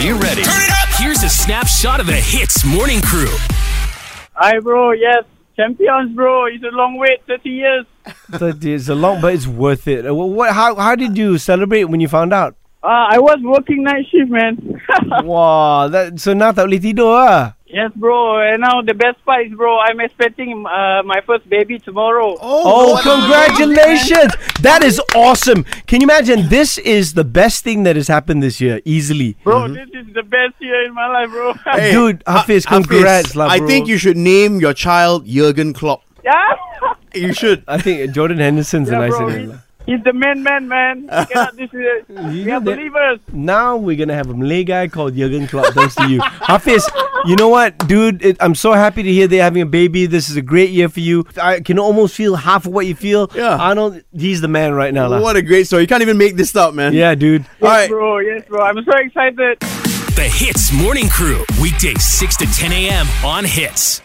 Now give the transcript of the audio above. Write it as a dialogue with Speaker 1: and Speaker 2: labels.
Speaker 1: you ready? Turn it up! Here's a snapshot of the Hits Morning Crew.
Speaker 2: Hi, bro. Yes, champions, bro. It's a long wait, thirty years.
Speaker 3: That is a lot, but it's worth it. Uh, wha- What? How? How did you celebrate when you found out?
Speaker 2: Uh, I was working night shift, man.
Speaker 3: Wah, that so now tak boleh tidur lah.
Speaker 2: yes, bro. And now the best part is, bro. I'm expecting uh, my first baby tomorrow.
Speaker 3: Oh, congratulations! That is awesome. Can you imagine? This is the best thing that has happened this year, easily.
Speaker 2: bro, this is the best year in my life, bro.
Speaker 4: Mm-hmm. Hey,
Speaker 3: Dude, Hafiz,
Speaker 4: Hafiz,
Speaker 3: congrats, lah,
Speaker 4: I
Speaker 3: bro.
Speaker 4: think you should name your child Jurgen Klopp.
Speaker 2: yeah,
Speaker 4: You should.
Speaker 3: I think Jordan Henderson's a
Speaker 2: yeah,
Speaker 3: nice
Speaker 2: bro.
Speaker 3: name.
Speaker 2: He's,
Speaker 3: lah.
Speaker 2: he's the man, man, man. We cannot- this is- we are
Speaker 3: know that-
Speaker 2: believers.
Speaker 3: Now we're gonna have a Malay guy called Jurgen Klopp. Thanks to you, Hafiz. You know what, dude? It, I'm so happy to hear they're having a baby. This is a great year for you. I can almost feel half of what you feel.
Speaker 4: Yeah.
Speaker 3: Arnold, he's the man right now. lah.
Speaker 4: What a great story. You can't even make this up, man.
Speaker 3: Yeah, dude.
Speaker 4: All right.
Speaker 2: Bro, yes, bro. I'm so excited.
Speaker 1: The Hits Morning Crew, weekdays 6 to 10 a.m. on Hits.